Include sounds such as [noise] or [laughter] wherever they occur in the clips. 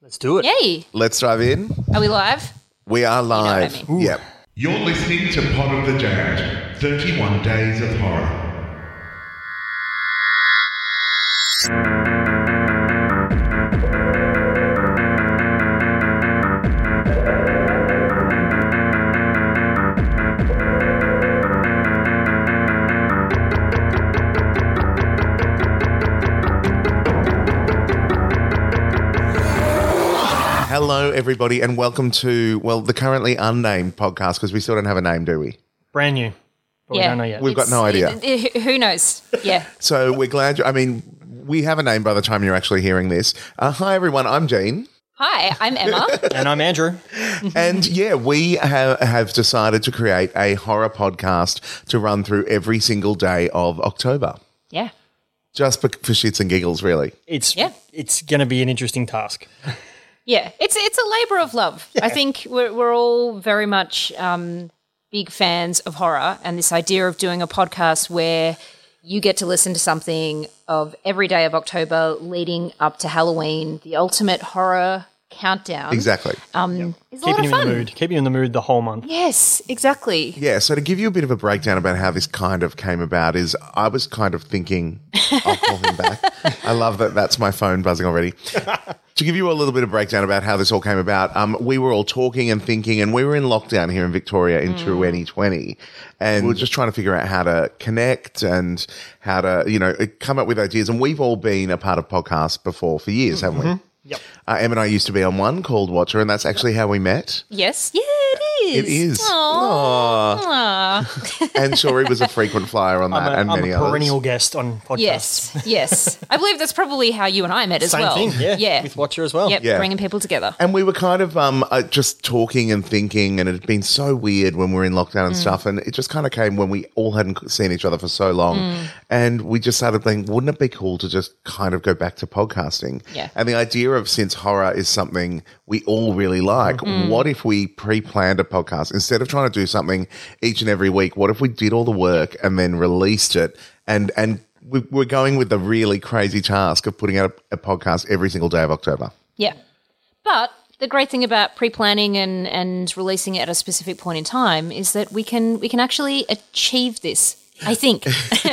Let's do it. Yay. Let's dive in. Are we live? We are what I live. mean. Yep. You're listening to Pod of the Damned 31 Days of Horror. Hello, everybody, and welcome to, well, the currently unnamed podcast because we still don't have a name, do we? Brand new. But we don't know yet. We've got no idea. it- it- [laughs] who knows? Yeah. So we're glad. You, I mean, we have a name by the time you're actually hearing this. Uh, hi, everyone. I'm Gene. Hi, I'm Emma. [laughs] and I'm Andrew. and yeah, we have, have decided to create a horror podcast to run through every single day of October. yeah. Just for, for shits and giggles, really. It's Yeah. it's going to be an interesting task. Yeah. It's it's a labor of love. I think we're, we're all very much um, big fans of horror and this idea of doing a podcast where you get to listen to something of every day of October leading up to Halloween, the ultimate horror countdown. Exactly. Um, It's a lot Keeping of you in the fun. mood. Keeping you in the mood the whole month. Yes, exactly. Yeah, so to give you a bit of a breakdown about how this kind of came about is I was kind of thinking I'll call him back. I love that that's my phone buzzing already. to give you a little bit of breakdown about how this all came about, um, we were all talking and thinking, and we were in lockdown here in Victoria in 2020, and we were just trying to figure out how to connect and how to, you know, uh, come up with ideas. And we've all been a part of podcasts before for years, haven't we? Yep. Uh, Em and I used to be on one called Watcher, and that's actually how we met. Yes. Yeah, it is. It is. Aww. Aw. Aw. And Shori was a frequent flyer on that I'm a- and I'm many a perennial others. guest on podcasts. Yes, yes. I believe that's probably how you and I met as Same well. thing. Yeah. yeah. With Watcher as well. Yep, Yeah. bringing people together. And we were kind of um, uh, just talking and thinking, and it had been so weird when we were in lockdown and stuff. And it just kind of came when we all hadn't seen each other for so long. And we just started thinking, wouldn't it be cool to just kind of go back to podcasting? Yeah. And the idea of since horror is something we all really like, what if we pre planned a podcast? Instead of trying to do something each and every week, what if we did all the work and then released it and, and, we- we're going with the really crazy task of putting out a, a podcast every single day of October. Yeah. But the great thing about pre-planning and and releasing it at a specific point in time is that we can we can actually achieve this. [laughs] I think.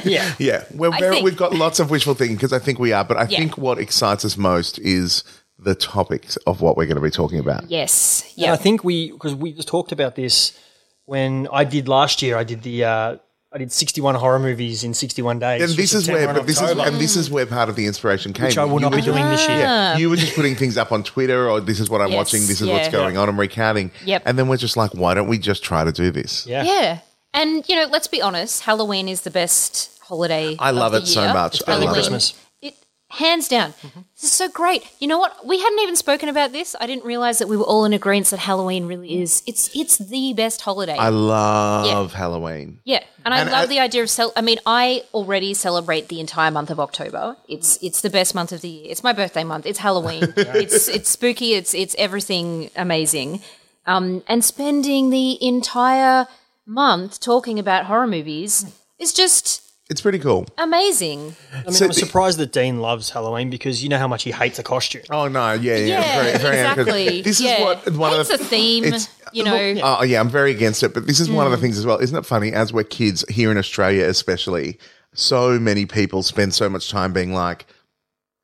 Yeah. Yeah, we're I very, think- we've got lots of wishful thinking because I think we are, but I Yeah. think what excites us most is the topics of what we're going to be talking about. yes. And Yeah. I think we because we just talked about this when I did last year. I did the uh, I did 61 horror movies in 61 days. And this from is where, September but and this is, October, and this is where part of the inspiration came. which I will You not were be just- doing this year. Yeah, you were just putting things up on Twitter, or this is what I'm Ah. Yes, watching, this is what's yeah. going on, I'm recounting. Yep. And then we're just like, why don't we just try to do this? Yeah. Yeah. And you know, let's be honest, Halloween is the best holiday. I love of it the so year. much. I better than love it. Mm-hmm. Christmas. It hands down. This is so great. You know what? We hadn't even spoken about this. I didn't realize that we were all in agreement that Halloween really is. It's it's the best holiday. I love Halloween. yeah, and I And love I- the idea of cel- I mean, I already celebrate the entire month of October. It's it's the best month of the year. It's my birthday month. It's [laughs] Halloween. it's it's spooky. It's it's everything amazing. Um, and spending the entire month talking about horror movies is just It's pretty cool. amazing. I mean, So I'm the- surprised that Dean loves Halloween because you know how much he hates a costume. Oh no, yeah, yeah, Yeah, very- very anarchist. exactly. This is Yeah. what one It's of a theme, you know. Mm. look, Oh yeah, I'm very against it, but this is one of the things as well. Isn't it funny? As we're kids here in Australia, especially, so many people spend so much time being like.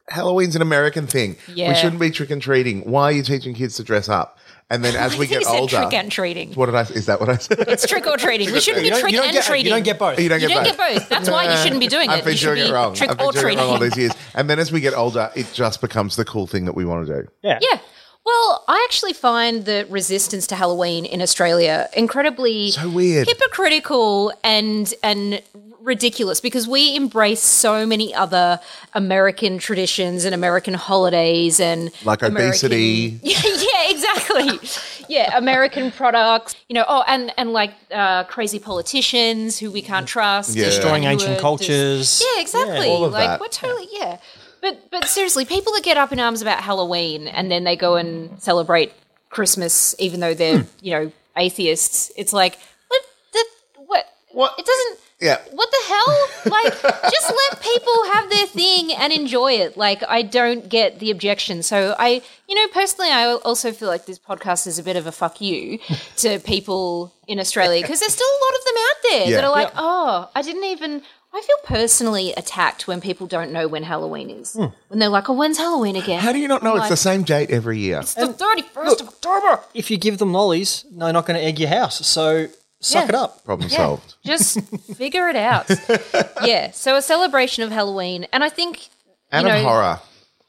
Halloween's an American thing. Yeah. We shouldn't be trick and treating. Why are you teaching kids to dress up? And then as we think get you said older, trick and treating. What did I? Is that what I said? It's trick or treating. We shouldn't be You don't, trick you don't and get, treating. You don't get both. [laughs] You don't You get don't both. get both. That's [laughs] why you shouldn't be doing it. I've been You should doing it be wrong. Trick I've been or doing it wrong all treating. these years. And then as we get older, it just becomes the cool thing that we want to do. yeah. Yeah. Well, I actually find the resistance to Halloween in Australia incredibly So weird. hypocritical and and ridiculous because we embrace so many other American traditions and American holidays and Like obesity. American- [laughs] yeah, exactly. Yeah, American products. You know, oh, and and like uh, crazy politicians who we can't trust, Yeah. Destroying who ancient are just- cultures. yeah, exactly. all of like that. we're totally yeah. But but seriously, people that get up in arms about Halloween and then they go and celebrate Christmas, Hmm. even though they're you know atheists. It's like what the what What? It doesn't. Yeah. what the hell? Like, [laughs] just let people have their thing and enjoy it. Like, I don't get the objection. So, I, you know, personally, I also feel like this podcast is a bit of a fuck [laughs] you to people in Australia because there's still a lot of them out there Yeah. that are like, Yeah. oh, I didn't even. I feel personally attacked when people don't know when Halloween is. When they're like, oh, when's Halloween again? How do you not know it's the same date every year? It's the 31st of October. If you give them lollies, they're not going to egg your house. So suck Yeah. it up. Problem Yeah, solved. Just figure it out. yeah. So a celebration of Halloween, and I think And you of know, horror.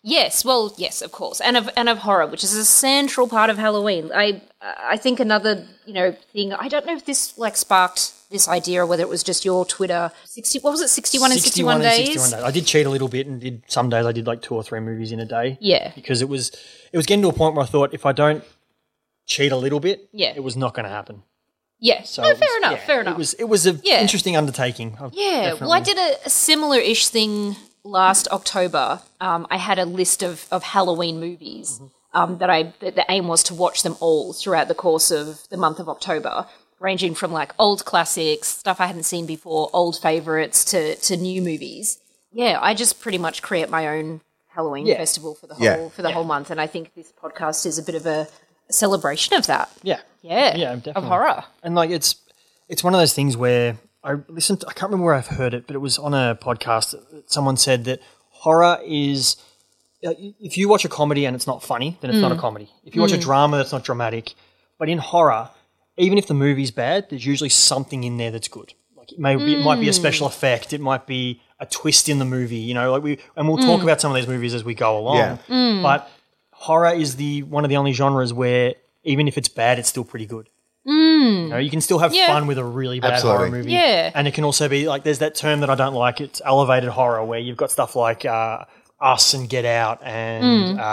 Yes, well, yes, of course, and of and of horror, which is a central part of Halloween. I I think another you know thing. I don't know if this like sparked this idea or whether it was just your Twitter. Sixty, what was it? Sixty-one and sixty-one, days. I did cheat a little bit and did some days I did like two or three movies in a day. Yeah. Because it was it was getting to a point where I thought if I don't cheat a little bit, Yeah. it was not going to happen. Yeah. So no, it was- fair enough. yeah, fair enough. It was it was an Yeah. interesting undertaking. I Yeah, well, I did a, a similar ish thing last October. Um, I had a list of, of Halloween movies Mm-hmm. um, that I that the aim was to watch them all throughout the course of the month of October, ranging from like old classics, stuff I hadn't seen before, old favorites to to new movies. Yeah, I just pretty much create my own Halloween Yeah. festival for the whole Yeah. for the whole month, and I think this podcast is a bit of a celebration of that. Yeah. Yeah, Yeah, of definitely. horror. And like it's it's one of those things where I listened. To, I can't remember where I've heard it, but it was on a podcast. that Someone said that horror is uh, if you watch a comedy and it's not funny, then it's not a comedy. If you watch a drama that's not dramatic, but in horror, even if the movie's bad, there's usually something in there that's good. Like it may be, it might be a special effect, it might be a twist in the movie. You know, like we and we'll talk about some of these movies as we go along. Yeah. But horror is the one of the only genres where even if it's bad, it's still pretty good. You know, you can still have Mm. Yeah. fun with a really bad horror Absolutely. movie. Yeah. And it can also be like there's that term that I don't like. It's elevated horror, where you've got stuff like uh, Us and Get Out Mm. and uh,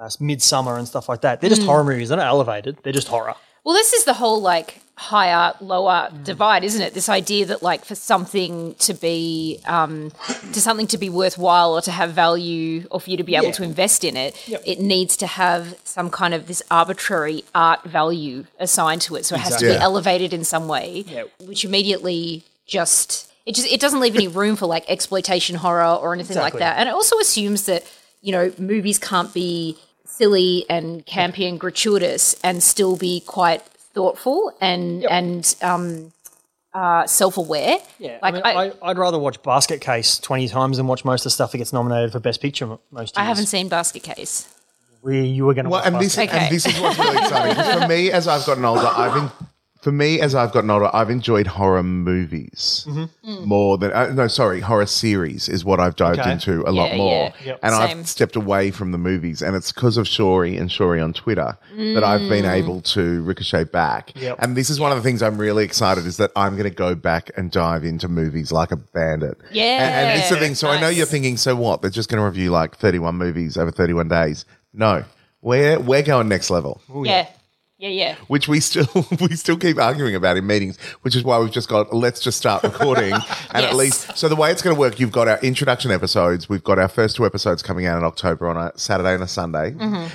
uh, Midsummer and stuff like that. They're just horror movies. They're not elevated. They're just horror. Well, this is the whole like high art, low art Mm. divide, isn't it? This idea that like for something to be um, to something to be worthwhile or to have value or for you to be able to invest in it, it needs to have some kind of this arbitrary art value assigned to it. So it has to be Exactly. Yeah. elevated in some way, which immediately just it just it doesn't leave any room for like exploitation horror or anything Exactly. like that. And it also assumes that you know movies can't be silly and campy and gratuitous and still be quite thoughtful and and um, uh, self aware. Yeah, I like mean, I, I, I, would rather watch Basket Case twenty times than watch most of the stuff that gets nominated for Best Picture mo- most. I years. haven't seen Basket Case. Where you were going to Well, watch and this, Basket Okay. and this is what's really exciting. 'Cause for me, as I've gotten older, I've been, for me, as I've gotten older, I've enjoyed horror movies Mm-hmm. more than uh, no, sorry, horror series is what I've dived Mm. Okay. into a lot Yeah, more, yeah. Yep. and Same. I've stepped away from the movies, and it's because of Shory and Shory on Twitter that I've Mm. been able to ricochet back. Yep. And this is one of the things I'm really excited is that I'm going to go back and dive into movies like a bandit. Yeah. and, and it's the thing. So I know Nice. you're thinking, so what? They're just going to review like 31 movies over 31 days. No, we're we're going next level, yeah. yeah, yeah, which we still [laughs] we still keep arguing about in meetings, which is why we've just got let's just [laughs] start recording and Yes. at least. So the way it's going to work, you've got our introduction episodes. We've got our first two episodes coming out in October on a Saturday and a Sunday. Mm-hmm.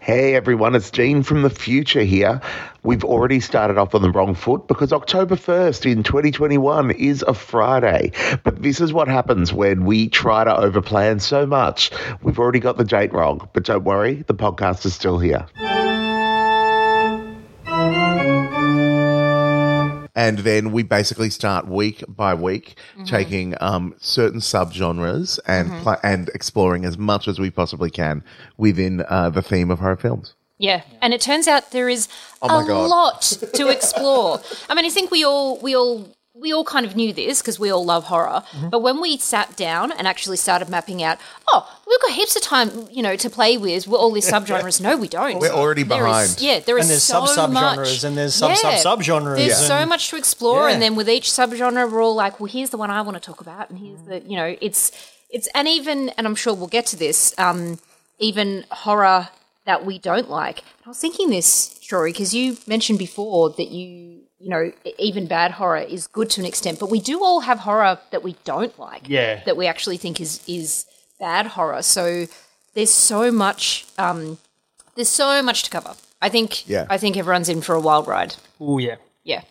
Hey everyone, it's Gene from the future here. We've already started off on the wrong foot because October 1st in 2021 is a Friday. But this is what happens when we try to overplan so much. We've already got the date wrong, but don't worry, the podcast is still here. and then we basically start week by week taking um, certain subgenres and pla and exploring as much as we possibly can within uh, the theme of horror films. Yeah, and it turns out there is Oh my a God. [laughs] lot to explore. I mean, I think we all we all we all kind of knew this because we all love horror. Mm-hmm. But when we sat down and actually started mapping out, oh, we've got heaps of time, you know, to play with well, all these subgenres. No, we don't. We're already There is- behind. yeah, there is And there's so sub-subgenres much. and there's sub- sub-subgenres There's and- so much to explore, Yeah. and then with each subgenre, we're all like, well, here's the one I want to talk about, and here's the you know, it's it's and even and I'm sure we'll get to this. Um, even horror that we don't like. I was thinking this, Shory, because you mentioned before that you, you know, e- even bad horror is good to an extent, but we do all have horror that we don't like. Yeah. That we actually think is is bad horror. So there's so much um, there's so much to cover. I think Yeah. I think everyone's in for a wild ride. Oh yeah. Yeah.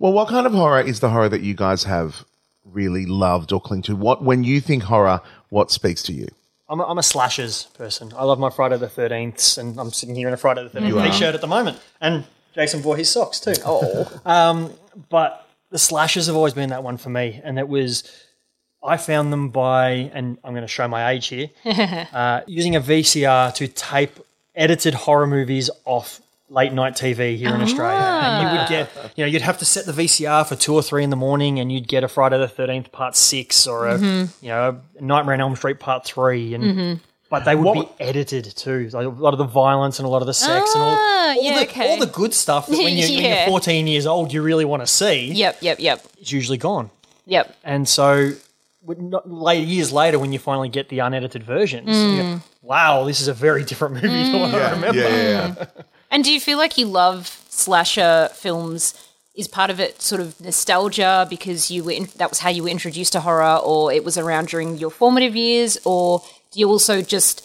Well, what kind of horror is the horror that you guys have really loved or cling to? What when you think horror, what speaks to you? I'm a, I'm a slashers person. I love my Friday the 13th, and I'm sitting here in a Friday the 13th t shirt at the moment, and Jason Voorhees socks too. Oh. um, but the slashers have always been that one for me, and it was. I found them by, and I'm going to show my age [laughs] here, uh, using a VCR to tape edited horror movies off late night TV here in Australia. And you would Ah. get, you know, you'd have to set the VCR for two or three in the morning, and you'd get a Friday the Thirteenth Part Six or a, Mm-hmm. you know, a Nightmare on Elm Street Part Three, and but they would What- be edited too. Like a lot of the violence and a lot of the sex and all, Ah, all yeah, the okay. all the good stuff that [laughs] when you're, when Yeah. you're 14 years old, you really want to see. Yep, yep, yep. is usually gone. Yep. And so, with not, late, years later, when you finally get the unedited versions, you Mm. go, wow, this is a very different movie to what I remember. Yeah, yeah, yeah. And do you feel like you love slasher films? Is part of it sort of nostalgia because you were in, that was how you were introduced to horror, or it was around during your formative years, or do you also just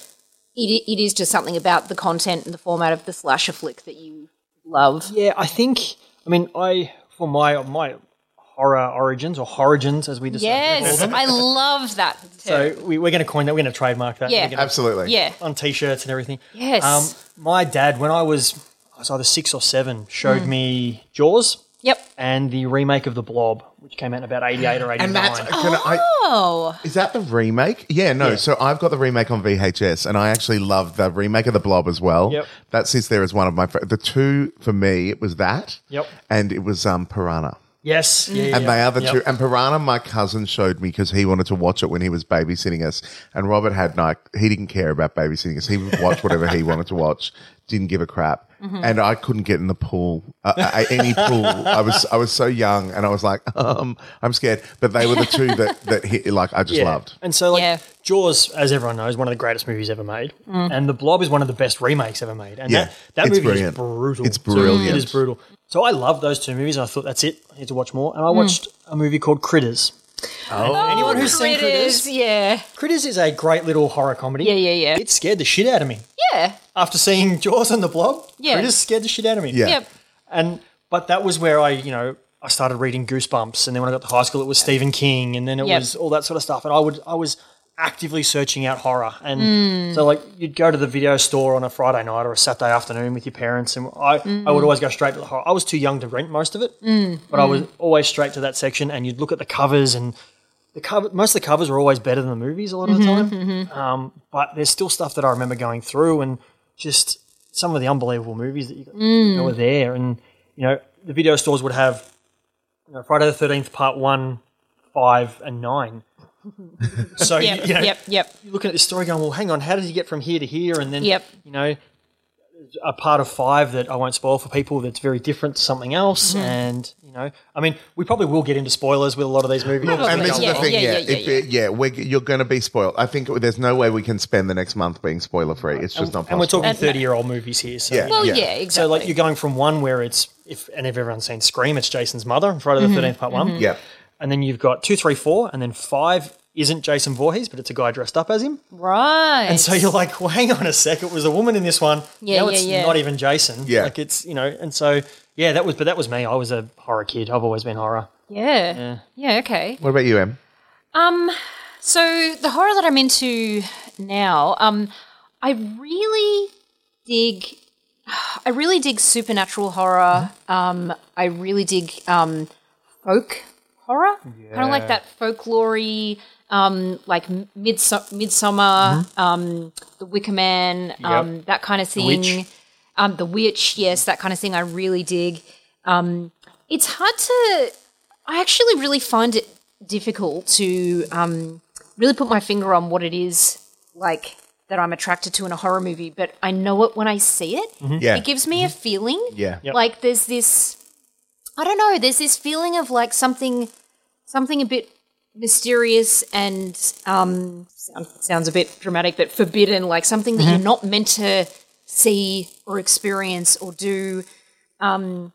it, it is just something about the content and the format of the slasher flick that you love? Yeah, I think. I mean, I for my my horror origins or origins as we decided. [laughs] Yes, I love that. So we, we're going to coin that. We're going to trademark that. Yeah. We're gonna- Absolutely. yeah, on t-shirts and everything. Yes. Um, my dad, when I was I was either six or seven, showed me Jaws Mm. yep. and the remake of The Blob, which came out in about eighty-eight or eighty-nine. And that's can I, Oh, is that the remake? Yeah, no. So I've got the remake on VHS, and I actually love the remake of the Blob as well. Yep. That sits there as one of my fa- the two for me. It was that. Yep. And it was um Piranha. yes. Mm. Yeah, yeah, And yeah. they are the Yep. two. And Piranha, my cousin showed me because he wanted to watch it when he was babysitting us. And Robert had like he didn't care about babysitting us. He would watch whatever he wanted to watch. Didn't give a crap. Mm-hmm. And I couldn't get in the pool, uh, uh, any pool. I was I was so young, and I was like, um, I'm scared. But they were the two that that he, like I just Yeah. loved. And so, like Yeah. Mm. Jaws, as everyone knows, one of the greatest movies ever made, and The Blob is one of the best remakes ever made. And Yeah. that, that It's movie brilliant. is brutal. It's brilliant. It is brutal. So I love those two movies. And I thought that's it. I need to watch more. And Mm. I watched a movie called Critters. Oh, Anyone who's seen critters, Critters, yeah, Critters is a great little horror comedy. Yeah, yeah, yeah. It scared the shit out of me yeah, after seeing Jaws and The Blob. Yeah. Critters scared the shit out of me. yeah. yep. And but that was where I, you know, I started reading Goosebumps, and then when I got to high school, it was Stephen King, and then it Yep. was all that sort of stuff. And I would, I was actively searching out horror, and so like you'd go to the video store on a Friday night or a Saturday afternoon with your parents, and I, I would always go straight to the horror. I was too young to rent most of it, but I was always straight to that section, and you'd look at the covers and. The cover, most of the covers were always better than the movies a lot of the time, um, but there's still stuff that I remember going through and just some of the unbelievable movies that you got, that Mm. were there. And you know, the video stores would have you know, Friday the Thirteenth Part One, Five, and [laughs] Nine. so you- [laughs] Yep, you know, yep, yep, you're looking at this story, going, "Well, hang on, how did he get from here to here?" And then, Yep. you know, a part of five that I won't spoil for people that's very different to something else. Mm-hmm. And you know, I mean, we probably will get into spoilers with a lot of these movies. And Probably. this is Yeah, the thing, yeah, yeah, yeah, yeah, yeah, if it- yeah. we're, you're going to be spoiled. I think there's no way we can spend the next month being spoiler free. It's just not possible. and we're talking And- thirty-year-old movies here. So. Yeah. Well, yeah, So exactly. like you're going from one where it's if and if everyone's seen Scream, it's Jason's mother, Friday Mm-hmm, the 13th Part One. yeah, and then you've got two, three, four, and then five isn't Jason Voorhees, but it's a guy dressed up as him. right. And so you're like, well, hang on a sec, it was a woman in this one. Yeah, now yeah, it's yeah. not even Jason. Yeah. like it's you know, and so yeah, that was but that was me. I was a horror kid. I've always been horror. yeah. yeah, okay. What about you, Em? So the horror that I'm into now, um, I really dig. I really dig supernatural horror. Um, I really dig um, folk horror, kind of like that folklory, um, like Midso- Midsummer, um, The Wicker Man, um, that kind of thing. Witch. Um, the Witch, yes, that kind of thing. I really dig. Um, it's hard to. I actually really find it difficult to um, really put my finger on what it is like that I'm attracted to in a horror movie, but I know it when I see it. Yeah, Mm-hmm. It gives me a feeling. yeah, Like there's this I don't know, there's this feeling of like something something a bit mysterious and um sound, sounds a bit dramatic but forbidden, like something that you're not meant to see or experience or do. Um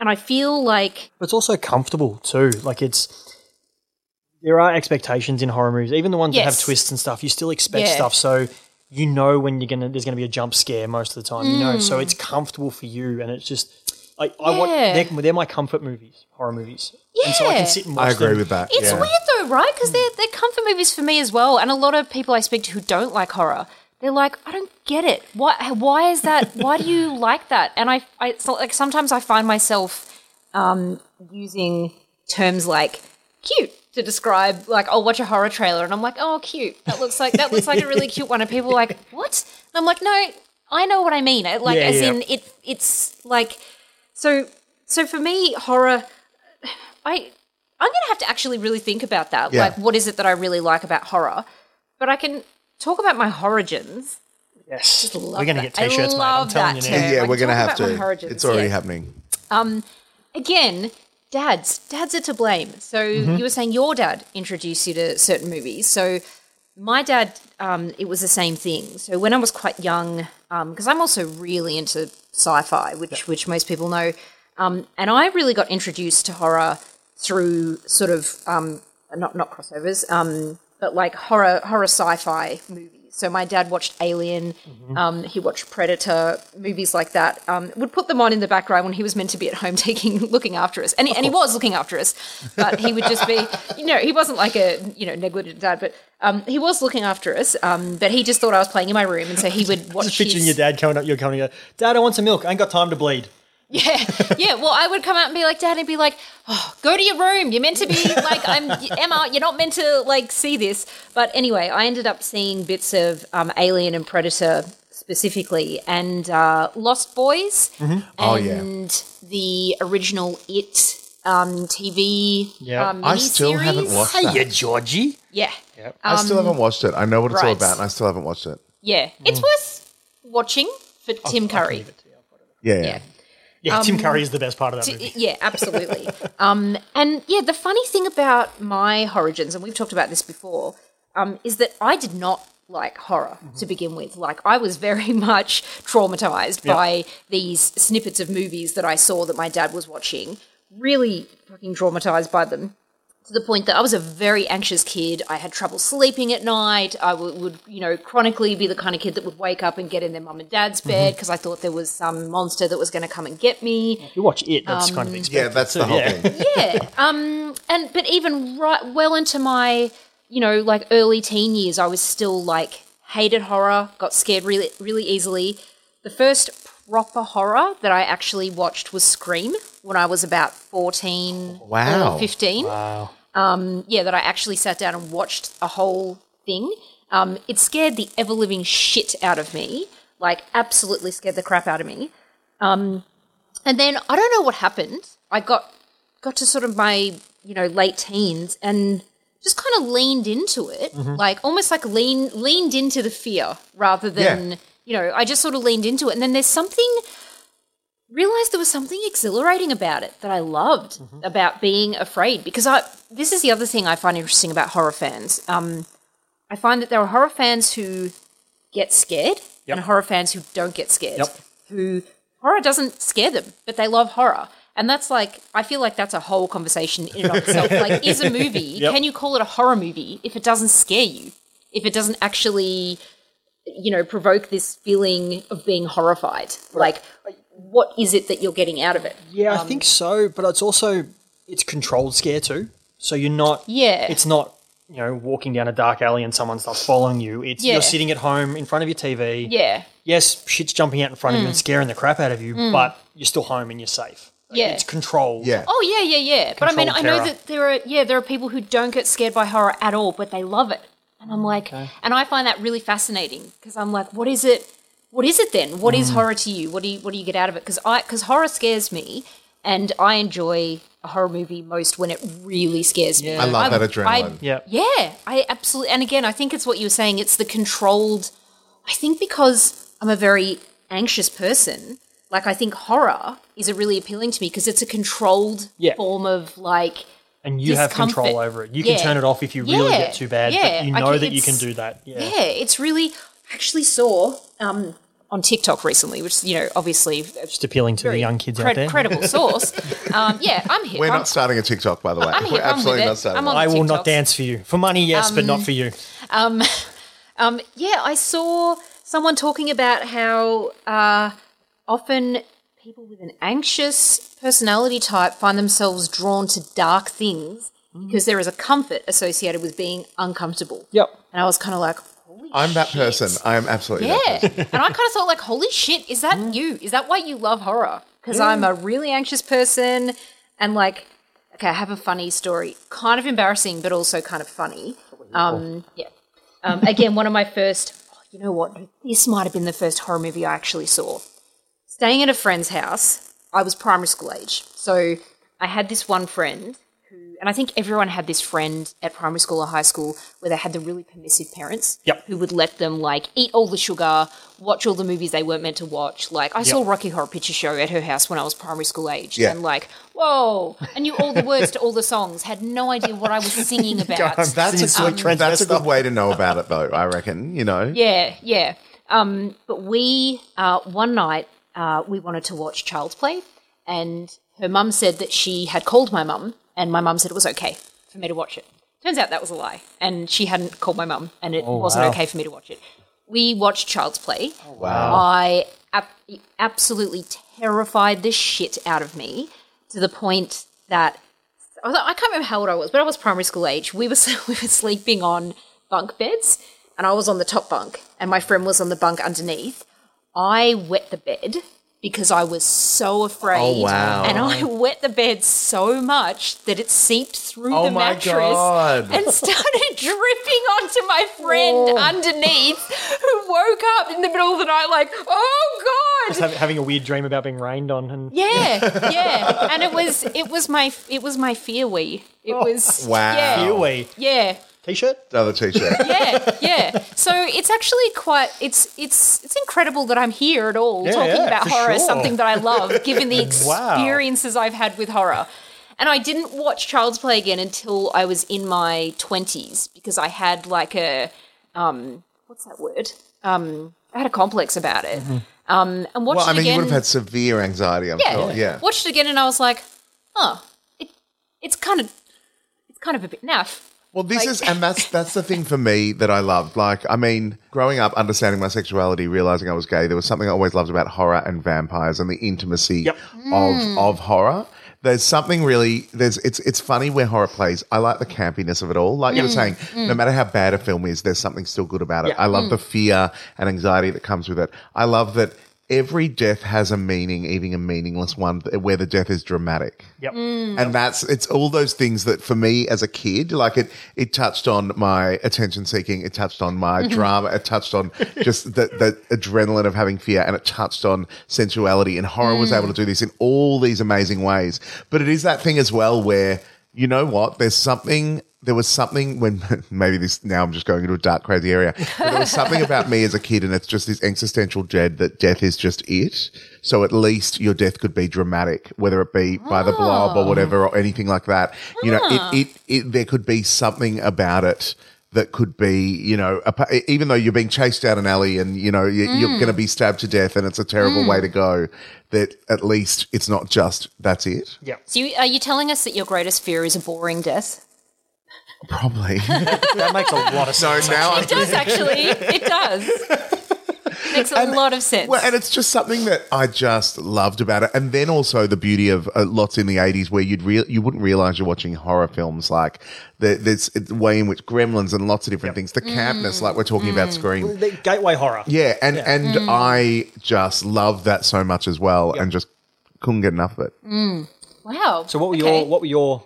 and I feel like But it's also comfortable too. Like it's there are expectations in horror movies, even the ones that have Yes. twists and stuff. You still expect Yeah. stuff, so you know when you're gonna there's gonna be a jump scare most of the time. You know, so it's comfortable for you, and it's just I, I watch Mm. Yeah. they're, they're my comfort movies, horror movies, and so I Yeah. can sit and watch. I agree them. with that. It's yeah. weird though, right? Because they're, they're comfort movies for me as well. And a lot of people I speak to who don't like horror, they're like, I don't get it. Why, why is that? Why do you [laughs] like that? And I, I so, like sometimes I find myself um, using terms like cute to describe like I'll watch a horror trailer and I'm like, oh cute. That looks like that looks like a really cute one. And people are like, what? And I'm like, no, I know what I mean. I- Like Yeah, as yeah. in it it's like so so for me horror I I'm gonna have to actually really think about that. Yeah. Like, what is it that I really like about horror? But I can talk about my origins. Yes, love we're gonna that. get t-shirts, I mate. I'm love telling that you term. now. Yeah, Like, we're going to talk have about my to. origins, It's already yeah. happening. Again, dads, dads are to blame. So you were saying your dad introduced you to certain movies. So my dad, um, it was the same thing. So when I was quite young, because I'm also really into sci-fi, which which most people know, um, and I really got introduced to horror through sort of um, not not crossovers, um, but like horror horror sci-fi movies. So my dad watched Alien, Mm-hmm. um, he watched Predator, movies like that. Um, would put them on in the background when he was meant to be at home [laughs] taking looking after us, and he, and he was looking after us, but he would just be, you know, he wasn't like a you know negligent dad, but um, he was looking after us. Um, but he just thought I was playing in my room, and so he would watch. Just picturing his- your dad coming up, you're coming up, Dad, I want some milk. I ain't got time to bleed. yeah, yeah. Well, I would come out and be like, Dad, and he'd be like, oh, go to your room. You're meant to be like, I'm Emma. You're not meant to like see this. But anyway, I ended up seeing bits of um, Alien and Predator specifically, and uh, Lost Boys, Oh, yeah. and the original It um, TV. Yeah. um, I still haven't miniseries. watched that. Georgie. Yeah, I still haven't watched it. I know what it's all um, right. about, and I still haven't watched it. yeah. It's Mm. worth watching for Tim Curry. Yeah, yeah. Yeah. Yeah, Um, Tim Curry is the best part of that D- movie. Yeah, absolutely. um, and yeah, the funny thing about my origins, and we've talked about this before, um, is that I did not like horror to begin with. Like, I was very [laughs] much traumatized by these snippets of movies that I saw that my dad was watching. Really fucking traumatized by them to the point that I was a very anxious kid. I had trouble sleeping at night. I w- would, you know, chronically be the kind of kid that would wake up and get in their mum and dad's bed because I thought there was some monster that was going to come and get me. You watch it, that's kind of um, expected. Yeah, that's the whole yeah. thing. yeah. Um, and but even right well into my you know like early teen years, I was still like hated horror, got scared really really easily. The first proper horror that I actually watched was Scream when I was about fourteen Wow. or fifteen. Wow. Um, yeah, that I actually sat down and watched a whole thing. Um, it scared the ever living shit out of me. Like absolutely scared the crap out of me. And then I don't know what happened. I got got to sort of my you know late teens and just kind of leaned into it, like almost like lean leaned into the fear rather than Yeah. you know. I just sort of leaned into it, and then there's something realized there was something exhilarating about it that I loved about being afraid because I this is the other thing I find interesting about horror fans. Um, I find that there are horror fans who get scared and horror fans who don't get scared. Yep. Who horror doesn't scare them, but they love horror. And that's like I feel like that's a whole conversation in and of [laughs] itself. like, is a movie can you call it a horror movie if it doesn't scare you? If it doesn't actually, you know, provoke this feeling of being horrified? Like, what is it that you're getting out of it? Yeah, I think so, but it's also it's controlled scare too. So you're not Yeah. It's not, you know, walking down a dark alley and someone starts following you. It's Yeah. you're sitting at home in front of your TV. Yeah. Mm. Yes, shit's jumping out in front of you and scaring the crap out of you, but you're still home and you're safe. Like, Yeah. It's controlled. Yeah. [laughs] Oh yeah, yeah, yeah. But I mean, I Controlled know terror. that there are yeah there are people who don't get scared by horror at all, but they love it. And I'm like, and I find that really fascinating because I'm like, what is it? What is it then? What is Mm. horror to you? What do you what do you get out of it? Because I because horror scares me, and I enjoy a horror movie most when it really scares me. I love that adrenaline. I- Yeah. Yeah, I absolutely. And again, I think it's what you were saying. It's the controlled. I think because I'm a very anxious person, like I think horror is a really appealing to me because it's a controlled Yeah. form of like And you have Discomfort. control over it. You can Yeah. turn it off if you really Yeah. get too bad, Yeah. but you I know can- that you can it's- do that. Yeah. yeah, it's really. I actually saw um, on TikTok recently, which you know, obviously, a Just appealing to the young kids cred- out there. credible source. um, yeah, I'm here. We're I'm, not starting a TikTok, by the way. I'm here. We're I'm with absolutely it. not starting. I'm one. on I will not TikToks. dance for you. For money, yes, but not for you. Um, yeah, I saw someone talking about how uh, often people with an anxious personality type find themselves drawn to dark things because there is a comfort associated with being uncomfortable. Yep. And I was kind of like, holy I'm that shit. person. I am absolutely that Yeah. and I kind of thought, like, holy shit, is that you? Is that why you love horror? Because I'm a really anxious person and, like, okay, I have a funny story. Kind of embarrassing, but also kind of funny. Um, yeah. Um, again, one of my first, oh, you know what? This might have been the first horror movie I actually saw. Staying at a friend's house, I was primary school age. So I had this one friend who, and I think everyone had this friend at primary school or high school where they had the really permissive parents Yep. who would let them like eat all the sugar, watch all the movies they weren't meant to watch. Like I saw Rocky Horror Picture Show at her house when I was primary school age, Yeah. and like, whoa, I knew all the words to all the songs, had no idea what I was singing about. person. That's a, good, that's a good way to know about it, though, I reckon. You know? Yeah, yeah. Um, but we uh, one night uh, we wanted to watch Child's Play, and her mum said that she had called my mum, and my mum said it was okay for me to watch it. Turns out that was a lie, and she hadn't called my mum, and it wasn't wow. okay for me to watch it. We watched Child's Play. Wow. I ab- absolutely terrified the shit out of me to the point that I was- I can't remember how old I was, but I was primary school age. We were [laughs] we were sleeping on bunk beds, and I was on the top bunk, and my friend was on the bunk underneath. I wet the bed because I was so afraid, Oh, wow. and I wet the bed so much that it seeped through Oh the my mattress God. and [laughs] started dripping onto my friend underneath, who woke up in the middle of the night like, "Oh God!" Hav- Having a weird dream about being rained on, and [laughs] Yeah, yeah, and it was it was my it was my fear wee. It was Oh, Wow. Here Yeah, we yeah, t-shirt. Another t shirt. yeah, yeah. So it's actually quite it's it's it's incredible that I'm here at all talking yeah, about for horror, sure. something that I [laughs] love, given the Wow. experiences I've had with horror. And I didn't watch Child's Play again until I was in my twenties because I had like a um what's that word um I had a complex about it. Um, and watched Mm-hmm. Well, I it mean, again. you would have had severe anxiety, I'm Yeah. sure. Oh, Yeah. Watched it again and I was like, huh, it, it's kind of, it's kind of a bit naff. Well, this Like- is, and that's that's the thing for me that I loved. Like, I mean, growing up, understanding my sexuality, realizing I was gay, there was something I always loved about horror and vampires and the intimacy Yep. of of horror. There's something really there's it's it's funny where horror plays. I like the campiness of it all. Like you were saying, no matter how bad a film is, there's something still good about it. I love the fear and anxiety that comes with it. I love that every death has a meaning, even a meaningless one, where the death is dramatic Yep. Mm. and that's it's all those things that for me as a kid like it it touched on my attention seeking it touched on my drama it touched on just the, the adrenaline of having fear and it touched on sensuality and horror was able to do this in all these amazing ways but it is that thing as well where you know what there's something there was something when [laughs] maybe this now I'm just going into a dark crazy area. But there was something about me as a kid, and it's just this existential dread that death is just it. So at least your death could be dramatic, whether it be by the blob or whatever or anything like that. You know, it, it, it there could be something about it that could be, you know, a, e, even though you're being chased down an alley and you know you, you're going to be stabbed to death, and it's a terrible way to go. That at least it's not just that's it. So you, are you telling us that your greatest fear is a boring death? Probably. [laughs] That makes a lot of no, sense. now I'm It does actually. It does. [laughs] Makes a lot of sense. Well, and it's just something that I just loved about it, and then also the beauty of uh, lots in the '80s, where you'd real you wouldn't realize you're watching horror films, like the, there's the way in which Gremlins and lots of different things, the campness, like we're talking about Scream, The gateway horror. yeah, and and I just loved that so much as well, and just couldn't get enough of it. wow. So what were your what were your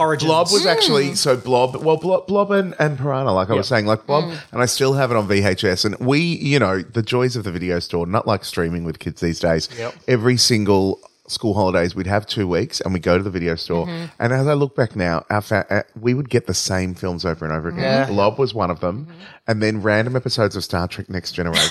origins? Blob was actually so Blob. Well, Blob, Blob and, and Piranha, like I was saying, like Blob, and I still have it on VHS. And we, you know, the joys of the video store, not like streaming with kids these days. Yep. Every single school holidays, we'd have two weeks, and we go to the video store. And as I look back now, our fa- uh, we would get the same films over and over again. Blob was one of them, and then random episodes of Star Trek: Next Generation.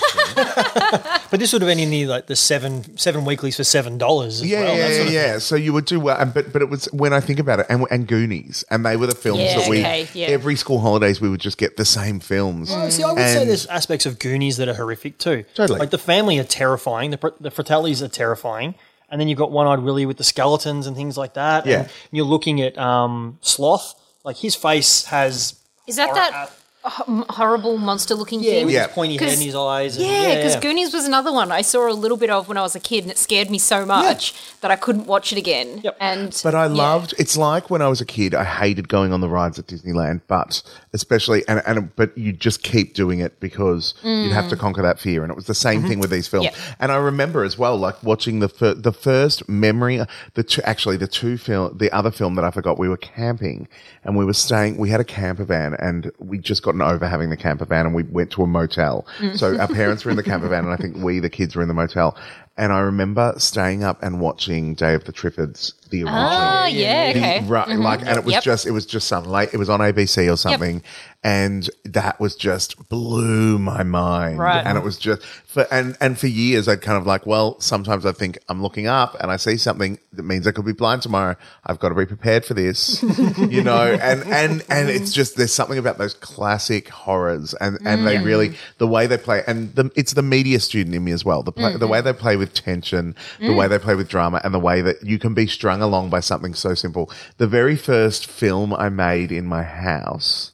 but this would have been in the like the seven seven weeklies for seven dollars. as Yeah, well, yeah, that sort of- yeah. So you would do well, and, but but it was when I think about it, and and Goonies, and they were the films Yeah, that we okay, yeah. every school holidays we would just get the same films. See, I would say And- there's aspects of Goonies that are horrific too. Totally. Like the family are terrifying. The, fr- the Fratellis are terrifying. And then you've got One Eyed Willy with the skeletons and things like that. Yeah. And you're looking at um, Sloth. Like his face has. Is that horror that? at- ho- horrible monster-looking Yeah, thing. with Yeah. his pointy head and 'Cause- his eyes. And, Yeah, because yeah. Goonies was another one I saw a little bit of when I was a kid, and it scared me so much that I couldn't watch it again. Yep. And But I yeah. loved. It's like when I was a kid, I hated going on the rides at Disneyland, but especially and and but you just keep doing it because you'd have to conquer that fear, and it was the same thing with these films. Yeah. And I remember as well, like watching the fir- the first memory, the two, actually the two film, the other film that I forgot. We were camping, and we were staying. We had a camper van, and we just gotten over having the camper van, and we went to a motel. So our parents were in the camper van, and I think we the kids were in the motel. And I remember staying up and watching Day of the Triffids, the original. Ah, yeah, The- okay. Mm-hmm. Right, like, and it was Yep. just, it was just something like it was on ABC or something, and that was just blew my mind. Right. and it was just for and and for years I'd kind of like, well, sometimes I think I'm looking up and I see something that means I could be blind tomorrow. I've got to be prepared for this, you know. And and and it's just there's something about those classic horrors, and and they really the way they play, and the, it's the media student in me as well. The play, the way they play with tension, the way they play with drama, and the way that you can be strung along by something so simple. The very first film I made in my house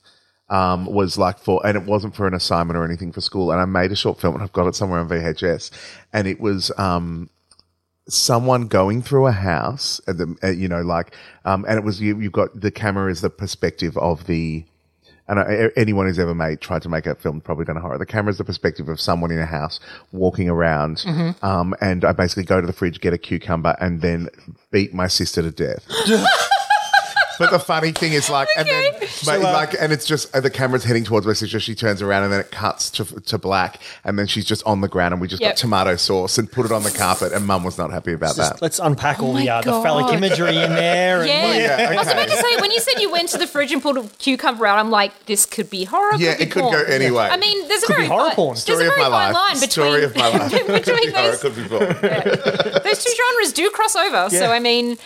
um, was like for, and it wasn't for an assignment or anything for school. And I made a short film and I've got it somewhere on VHS. And it was um, someone going through a house, at the, uh, you know, like, um, and it was, you, you've got the camera is the perspective of the, and I, anyone who's ever made tried to make a film probably done a horror. The camera's the perspective of someone in a house walking around, um, and I basically go to the fridge, get a cucumber, and then beat my sister to death. But the funny thing is, like, and then, mate, like, and it's just uh, the camera's heading towards my sister. She turns around, and then it cuts to, to black, and then she's just on the ground, and we just Yep. got tomato sauce and put it on the carpet, and Mum was not happy about that. Let's unpack all Oh my the, uh, the phallic God. imagery in there. [laughs] Yeah. And, yeah, I was okay. about to say when you said you went to the fridge and pulled a cucumber out, I'm like, this could be horror. Yeah, be it could go porn. any way. I mean, there's a Could be very horror fine- porn. There's a Story of very my fine life. line between [laughs] Story of my life. between Horror those could be porn. those two genres do cross over. So Yeah. I mean,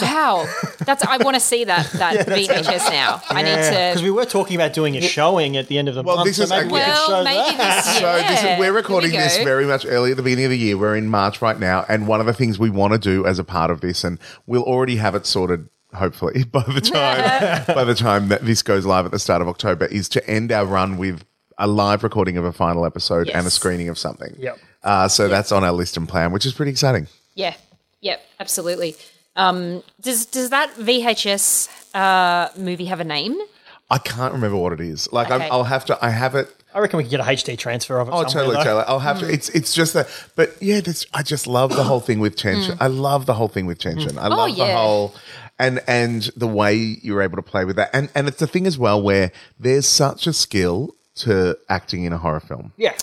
wow, that's I want to see that [laughs] that VHS now. I need Because to. we were talking about doing a showing at the end of the Well, month. this is so maybe actually- we could well, show maybe that. this year. So this Here is, we we're recording this go. very much early at the beginning of the year. We're in March right now, and one of the things we want to do as a part of this, and we'll already have it sorted. Hopefully, [laughs] by the time by the time that this goes live at the start of October, is to end our run with a live recording of a final episode and a Yes. screening of something. Yep. Uh, so that's on our list and plan, which is pretty exciting. Yeah, yeah, absolutely. Um, does does that VHS uh, movie have a name? I can't remember what it is. Like Okay. I'm, I'll have to. I have it. I reckon we could get a HD transfer of it. Oh, somewhere, Hmm. totally, though. totally. I'll have to. It's it's just that. But yeah, this, I just love the whole thing with Hmm. tension. I love the whole thing with tension. Oh, I love the yeah. whole and and the way you're able to play with that. And and it's the thing as well where there's such a skill to acting in a horror film Yeah.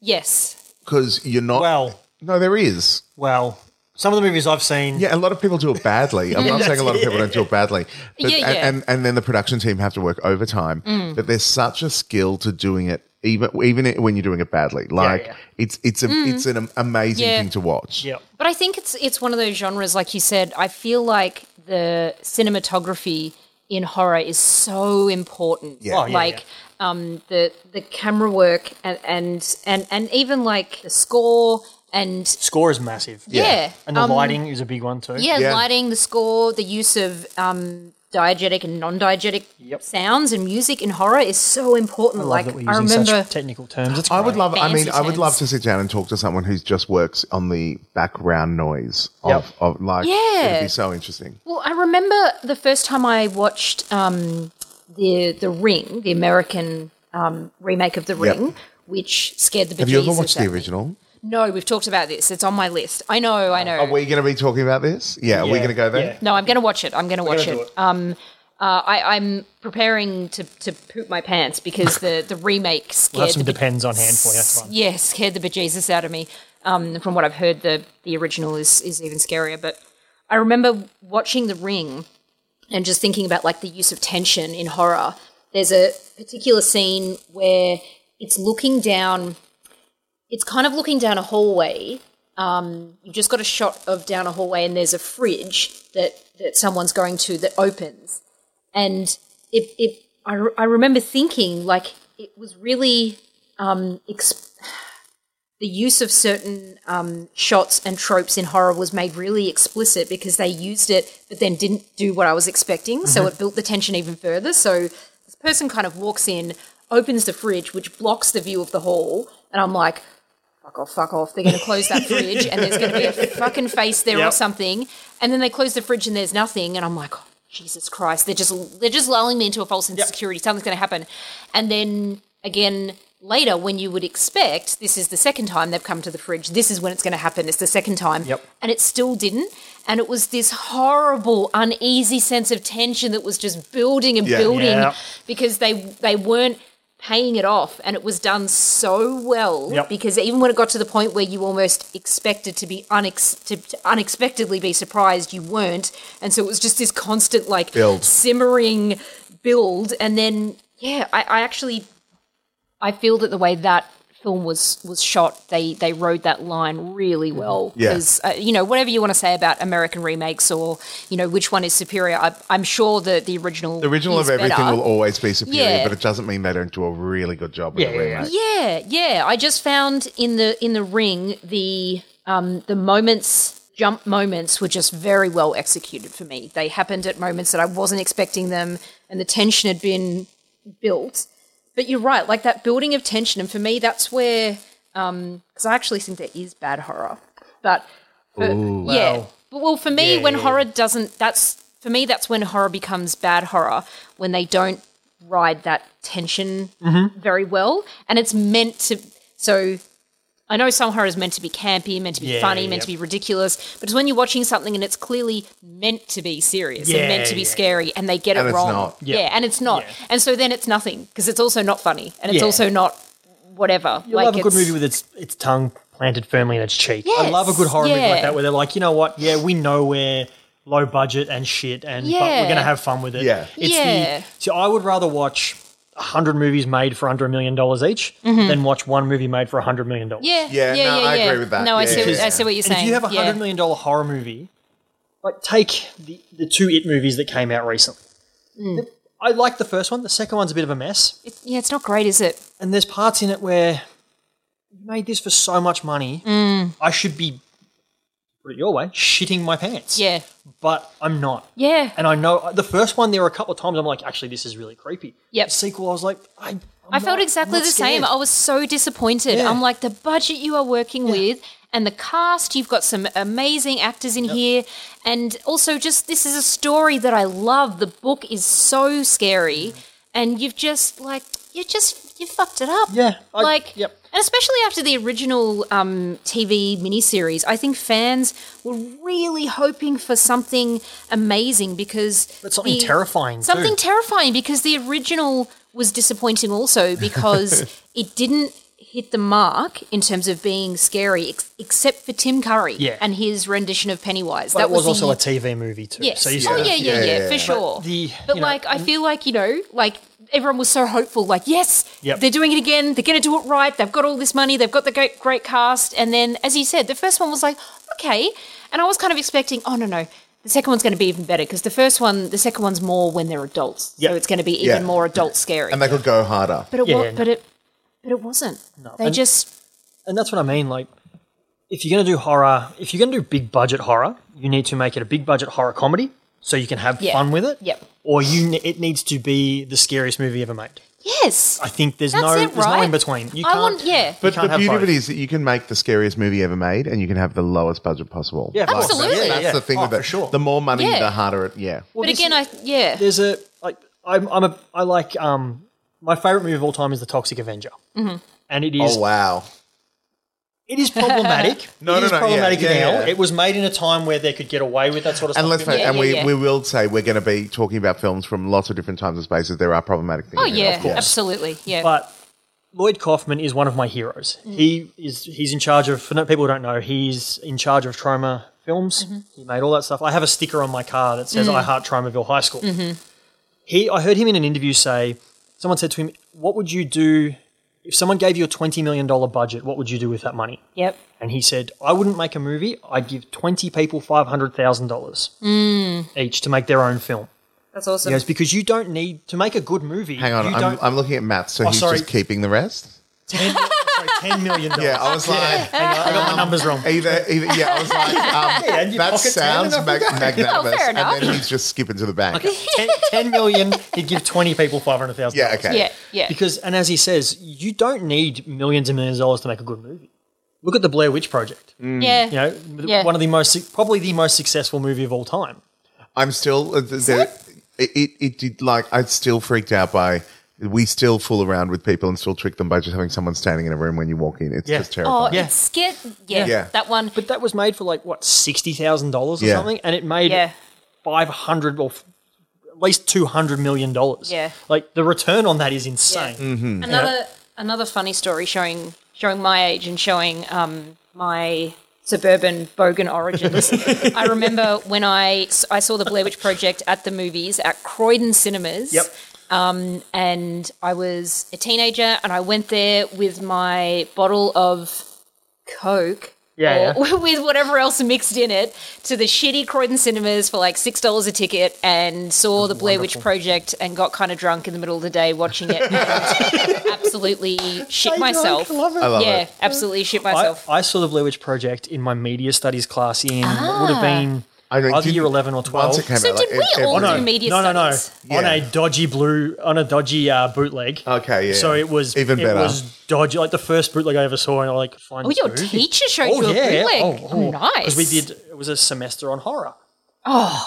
Yes. because you're not. Well. no, there is. Well, some of the movies I've seen. Yeah, a lot of people do it badly. [laughs] I'm not saying a lot of people don't do it badly. But, Yeah, yeah. And, and and then the production team have to work overtime. Hmm. But there's such a skill to doing it, even even when you're doing it badly. Like yeah. Hmm. it's it's a, it's an am- amazing Yeah. thing to watch. Yep. But I think it's it's one of those genres, like you said. I feel like the cinematography in horror is so important. Yeah. Oh, yeah, like Um, the the camera work and, and and and even like the score and Score is massive. yeah, And the um, lighting is a big one too. yeah, Yeah. lighting, the score, the use of um, diegetic and non-diegetic sounds and music in horror is so important. I love like that we're I using remember, such technical terms. It's I would great. love. I mean, Fancy I would love terms. to sit down and talk to someone who just works on the background noise Yep. of, of like. it'd Yeah. be so interesting. well, I remember the first time I watched um, the the Ring, the American um, remake of the Yep. Ring, which scared the. Have you ever bejesus watched out the of me. original? No, we've talked about this. It's on my list. I know, I know. Are we going to be talking about this? Yeah, are we Yeah, going to go there? yeah. No, I'm going to watch it. I'm going to watch gonna it. do it. Um, uh, I, I'm preparing to, to poop my pants because the, the remake scared We'll have some the depends on hand for you. That's fine. yeah, scared the bejesus out of me. Um, from what I've heard, the the original is is even scarier. But I remember watching The Ring and just thinking about like the use of tension in horror. There's a particular scene where it's looking down. It's kind of looking down a hallway. Um, you've just got a shot of down a hallway, and there's a fridge that that someone's going to that opens, and it it I, re- I remember thinking like it was really um, ex- the use of certain um, shots and tropes in horror was made really explicit because they used it, but then didn't do what I was expecting. So it built the tension even further. So this person kind of walks in. opens the fridge, which blocks the view of the hall, and I'm like, fuck off, fuck off. They're going to close [laughs] that fridge, and there's going to be a fucking face there Yep. or something. And then they close the fridge, and there's nothing, and I'm like. "Oh, Jesus Christ! They're just they're just lulling me into a false sense of security. Something's going to happen, and then again later, when you would expect, this is the second time they've come to the fridge. This is when it's going to happen. It's the second time, Yep. and it still didn't. And it was this horrible, uneasy sense of tension that was just building and Yeah. building Yeah. because they they weren't paying it off and it was done so well Yep. because even when it got to the point where you almost expected to be unex- to, to unexpectedly be surprised you weren't and so it was just this constant like Build. simmering build and then yeah I, I actually I feel that the way that film was was shot they they rode that line really Mm-hmm. well Yeah. because uh, you know whatever you want to say about American remakes or you know which one is superior I, I'm sure that the original The original is of everything better. will always be superior, Yeah. but it doesn't mean they don't do a really good job with Yeah, the yeah, yeah. remake. Yeah, yeah. I just found in the in the ring the um the moments jump moments were just very well executed for me. They happened at moments that I wasn't expecting them and the tension had been built. But you're right, like that building of tension and for me that's where um because I actually think there is bad horror. But for, yeah. Wow. But well for me Yeah, when yeah, yeah. horror doesn't that's for me that's when horror becomes bad horror when they don't ride that tension Mm-hmm. very well. And it's meant to. So I know some horror is meant to be campy, meant to be Yeah, funny, yeah, meant to yeah. be ridiculous. But it's when you're watching something and it's clearly meant to be serious and Yeah, meant to be yeah, scary, and they get And it it's wrong. not. Yeah. Yeah, and it's not. Yeah. And so then it's nothing because it's also not funny and it's Yeah. also not whatever. I love a good it's- movie with its its tongue planted firmly in its cheek. I love a good horror movie yeah. like that where they're like, you know what? Yeah, we know we're low budget and shit, and but Yeah. we're gonna have fun with it. Yeah. it's Yeah. the. See, I would rather watch a hundred movies made for under a million dollars each than watch one movie made for a hundred million dollars. Mm-hmm. Yeah, yeah, Yeah, yeah, no, yeah, I agree with that. No, I, Yeah, see, yeah, what- yeah. I see what you're And saying. if you have a yeah. hundred million dollar horror movie, like take the the two It movies that came out recently. Mm. I like the first one. The second one's a bit of a mess. It's- yeah, it's not great, is it? and there's parts in it where you made this for so much money, Mm. I should be put it your way, shitting my pants. Yeah, but I'm not. yeah. And I know uh, the first one. There were a couple of times I'm like, actually, this is really creepy. Yep. The sequel, I was like, I. I'm I felt not- exactly I'm the not same. Oh, scared. I was so disappointed. Yeah. I'm like, the budget you are working with and the cast, you've got some amazing actors in here. And also, just this is a story that I love. The book is so scary. And you've just, like, you just, you fucked it up. Yeah, I- like, yep. and especially after the original um, TV miniseries, I think fans were really hoping for something amazing because. But something the- terrifying. Something too. terrifying because the original was disappointing also because it didn't hit the mark in terms of being scary, ex- except for Tim Curry Yeah. and his rendition of Pennywise. But it was, the- also a TV movie too. Yes. So you oh said- yeah, yeah, yeah, Yeah, yeah, for yeah. sure. the- but you know, mm. like, I feel like you know, like everyone was so hopeful. Like, yes, Yep. they're doing it again. They're going to do it right. They've got all this money. They've got the great, great cast. And then, as you said, the first one was like okay, and I was kind of expecting. Oh no, no. The second one's going to be even better because the first one, the second one's more when they're adults, Yep. so it's going to be even Yeah. more adult scary. And they could go harder. but it, Yeah, wa- yeah, no. but it, but it wasn't. They And- just and that's what I mean. Like, if you're going to do horror, if you're going to do big budget horror, you need to make it a big budget horror comedy so you can have Yeah. fun with it. Yep. Or you, ne- it needs to be the scariest movie ever made. yes. I think there's That's no, it, there's no right? in between. You I can't. want yeah. But can't the have beauty of both. it is that you can make the scariest movie ever made, and you can have the lowest budget possible. Yeah, Like, Absolutely. That's, Yeah, that's yeah. the thing Oh, with it. for sure. The more money, Yeah. the harder it. Yeah. Well, but this again, is- I yeah. there's a like I'm, I'm a I like um my favorite movie of all time is The Toxic Avenger, mm-hmm. and it is Oh wow. it is problematic. [laughs] No, It no, is no, yeah, problematic yeah, in hell. yeah. It was made in a time where they could get away with that sort of And stuff. let's face, Yeah, and yeah, we, yeah. we will say we're going to be talking about films from lots of different times and spaces. There are problematic things. oh in it, yeah, of course. absolutely yeah. but Lloyd Kaufman is one of my heroes. He is he's in charge of for no- people who don't know, he's in charge of trauma films. He made all that stuff. I have a sticker on my car that says I heart Traumaville High School. He I heard him in an interview say someone said to him, "What would you do if someone gave you a 20 million dollar budget? What would you do with that money?" yep. And he said, "I wouldn't make a movie. I'd give 20 people $500,000 each to make their own film." That's awesome. You know, it's because you don't need to make a good movie. Hang on, you I'm, don't- I'm looking at Matt, so he's sorry. just keeping the rest. like ten million dollars. Yeah, I [laughs] was like, Hang on, I got my numbers wrong. either, either, yeah, I was like, um, Yeah, and you that pocket ten sounds and [laughs] mag- magnanimous. fair and enough. then he's just skipping to the bank. [laughs] Ten, 10 million, he'd give twenty people five hundred thousand. Yeah, okay. yeah, yeah. Because, and as he says, you don't need millions and millions of dollars to make a good movie. Look at the Blair Witch Project. yeah. You know, Yeah. one of the most, probably the most successful movie of all time. I'm still uh, th- there, it, it. It did like I still freaked out by. We still fool around with people and still trick them by just having someone standing in a room when you walk in. It's Yeah. just Oh, terrifying. Yeah. it's scared. Yeah, Yeah. that one. But that was made for like what sixty thousand dollars or Yeah. something, and it made Yeah. five hundred or f- at least two hundred million dollars. Yeah. like the return on that is insane. Mm-hmm. Another another funny story showing showing my age and showing um, my suburban bogan [laughs] origins. I remember when I I saw the Blair Witch Project at the movies at Croydon Cinemas. Yep. and I was a teenager, and I went there with my bottle of Coke. Yeah, or [laughs] with whatever else mixed in it to the shitty Croydon cinemas for like six dollars a ticket, and saw the Blair Witch Project, and got kind of drunk in the middle of the day [laughs] watching it. and absolutely shit myself. I love yeah, it. absolutely shit I, myself. I saw the Blue Witch Project in my media studies class in what would have been I mean, either didn't- year eleven or twelve. Once it came So out, did like, we it- all it- Oh, no, do media no, no, no, studies? On a Yeah. dodgy blue, on a dodgy uh, bootleg. Okay, yeah. So it was Even it better. was dodgy, like the first bootleg I ever saw, and I like. Find Oh, your this movie. teacher showed Oh you a yeah, yeah. bootleg. Oh, nice. Oh, Because we did. It was a semester on horror.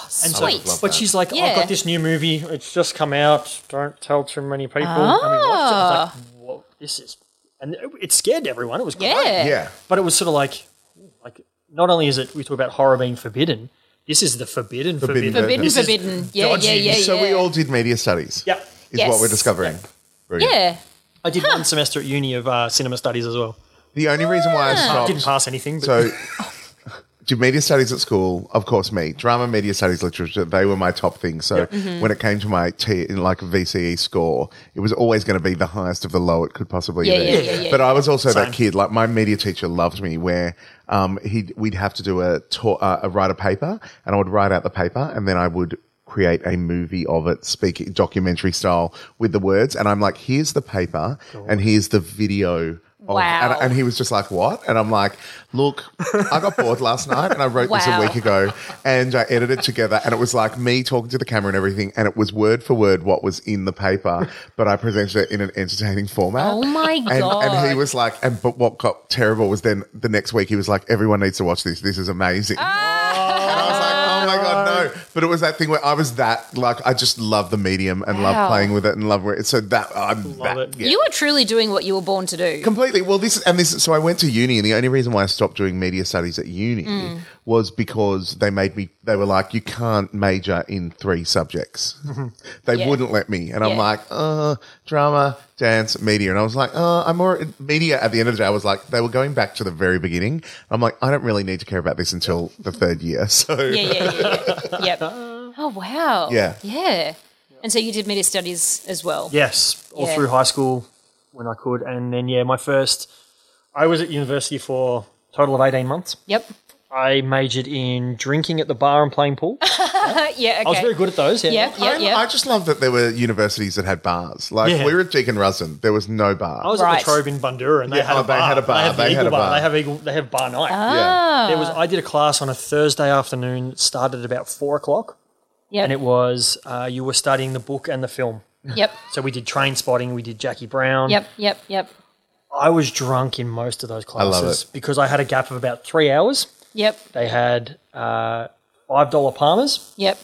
Sweet. So- love but that. she's like, I've Yeah. got this new movie. It's just come out. Don't tell too many people. And we watched it. I Ah. was like, whoa, this is. And it- it scared everyone. It was great. yeah. Yeah, But it was sort of like, like not only is it we talk about horror being forbidden. This is the forbidden, forbidden. Forbidden. Forbidden, This is forbidden. Yeah, yeah, dodgy. yeah, yeah. So we all did media studies. Yeah, is Yes. what we're discovering. Brilliant. Yeah. I did one semester at uni of uh, cinema studies as well. The only reason why Ah. I I stopped. didn't pass anything. But So, [laughs] did media studies at school? Of course, me. Drama, media studies, literature. They were my top things. So, Mm-hmm. when it came to my T, like VCE score, it was always going to be the highest of the low it could possibly Yeah, be. yeah, yeah, yeah, but I was also that Same. kid. Like my media teacher loved me. Where um, he we'd have to do a ta- uh, a write a paper, and I would write out the paper, and then I would. Create a movie of it, speaking documentary style with the words, and I'm like, "Here's the paper, and here's the video of, Wow. and, and he was just like, "What?" And I'm like, "Look, I got bored last night, and I wrote this a Wow. week ago, and I edited together, and it was like me talking to the camera and everything, and it was word for word what was in the paper, but I presented it in an entertaining format." Oh my And, god. and he was like, and but what got terrible was then the next week he was like, everyone needs to watch this. This is amazing. Ah. And I was like, oh my god, no! But it was that thing where I was that like I just love the medium and Wow. love playing with it and love where it. So that I'm that, it. yeah. You were truly doing what you were born to do. Completely. Well, this and this. So I went to uni, and the only reason why I stopped doing media studies at uni Mm. was because they made me. They were like, you can't major in three [laughs] subjects. they Yeah. wouldn't let me, and I'm Yeah. like, uh, drama, dance, media, and I was like, uh, I'm more media. At the end of the day, I was like, they were going back to the very beginning. I'm like, I don't really need to care about this until the third year. [laughs] So yeah, yeah, yeah, [laughs] yeah. yep. Oh wow. Yeah. Yeah. And so you did media studies as well. Yes, all Yeah. through high school when I could, and then yeah, my first. I was at university for a total of eighteen months. Yep. [laughs] I majored in drinking at the bar and playing pool. Uh, yeah. Okay. I was very good at those. Yeah, Yeah. Yeah. I, Yeah. I just love that there were universities that had bars. Like Yeah. we were at Deakin Rusin, there was no bar. I was Right. at the Trobe in Bandura, and they, Yeah, had, oh, a they bar. had a bar, have the they Eagle had a bar. bar. They have Eagle. They have bar night. yeah. There was. I did a class on a Thursday afternoon. It started at about four o'clock, Yep. and it was uh, you were studying the book and the film. yep. So we did Train Spotting. We did Jackie Brown. Yep. Yep. Yep. I was drunk in most of those love classes because I had a gap of about three hours. Yep. They had uh, five dollar palmers, Yep.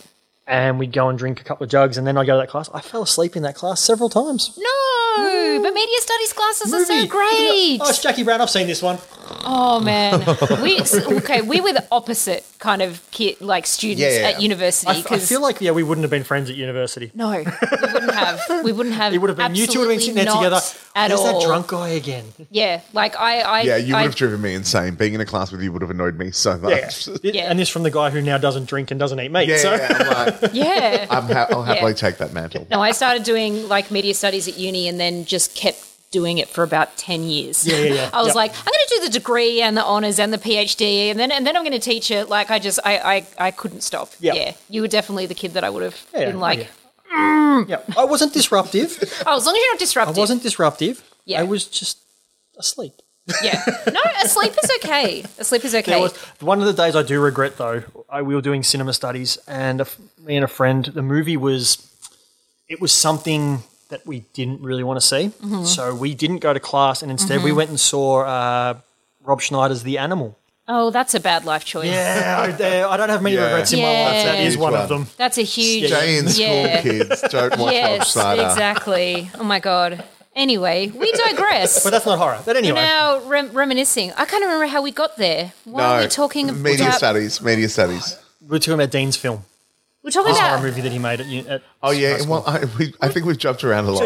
and we'd go and drink a couple of jugs, and then I would go to that class. I fell asleep in that class several times. No, but media studies classes are so Movie. great. Oh, it's Jackie Brown. I've seen this one. Oh [laughs] man, we s- okay. We were the opposite kind of kid, like students Yeah, yeah, yeah. at university. I, f- I 'cause- feel like yeah, we wouldn't have been friends at university. no, we wouldn't have. We wouldn't have. It would have been you two would have been sitting there absolutely together. not At There's all. that drunk guy again. Yeah, like I. I Yeah, you would I, have driven me insane. Being in a class with you would have annoyed me so [laughs] much. Yeah, It- And this from the guy who now doesn't drink and doesn't eat meat. yeah, so I'm [laughs] like, Yeah. I'm ha- I'll happily Yeah. take that mantle. No, I started doing like media studies at uni and then just kept doing it for about 10 years. yeah, yeah. [laughs] I was Yep. like, I'm going to do the degree and the honors and the PhD and then and then I'm going to teach it. Like I just I I, I couldn't stop. Yep. Yeah. You were definitely the kid that I would have Yeah, been like, yeah. [laughs] Yeah, I wasn't disruptive. oh, as long as you're I not disruptive. wasn't disruptive. Yeah. I was just. asleep. [laughs] Yeah. No, asleep is okay. Asleep is okay. There was one of the days I do regret though. I, we were doing cinema studies, and a f me and a friend. The movie was, it was something that we didn't really want to see, so we didn't go to class, and instead we went and saw uh, Rob Schneider's The Animal. oh, that's a bad life choice. Yeah, I, uh, [laughs] I don't have many Yeah. regrets in my life. That Yeah. is one of Huge one. them. That's a huge. Stay in school, Yeah. kids. Don't watch Rob Yes, Schneider. exactly. Oh my god. Anyway, we digress. But that's not horror. But anyway, now rem- reminiscing, I can't remember how we got there. Why are we talking about? media studies? Media studies. we're talking about Dean's film, We're talking this horror about movie that he made at. u- at Oh yeah. Well, I, we, I think we've jumped around [laughs] a lot.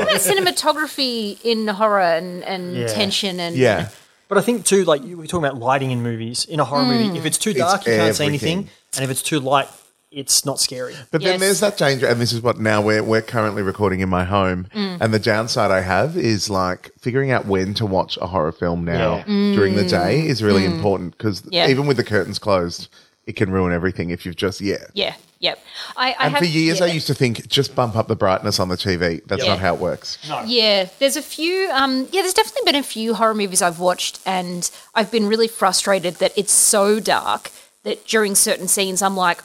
cinematography in horror and, and Yeah. tension and Yeah. But I think too, like you- we're talking about lighting in movies. In a Hmm. horror movie, if it's too dark, you can't see everything. anything, and if it's too light, it's not scary. But Yes. then there's that danger, and this is what now we're we're currently recording in my home, Mm. and the downside I have is like figuring out when to watch a horror film now Yeah. during the day is really important because Mm. Yeah. even with the curtains closed, it can ruin everything if you've just yeah. yeah, yep. I, I And have, for years, yeah. I used to think just bump up the brightness on the TV. That's Yeah. not how it works. Yeah, there's a few. Um, yeah, there's definitely been a few horror movies I've watched, and I've been really frustrated that it's so dark that during certain scenes I'm like,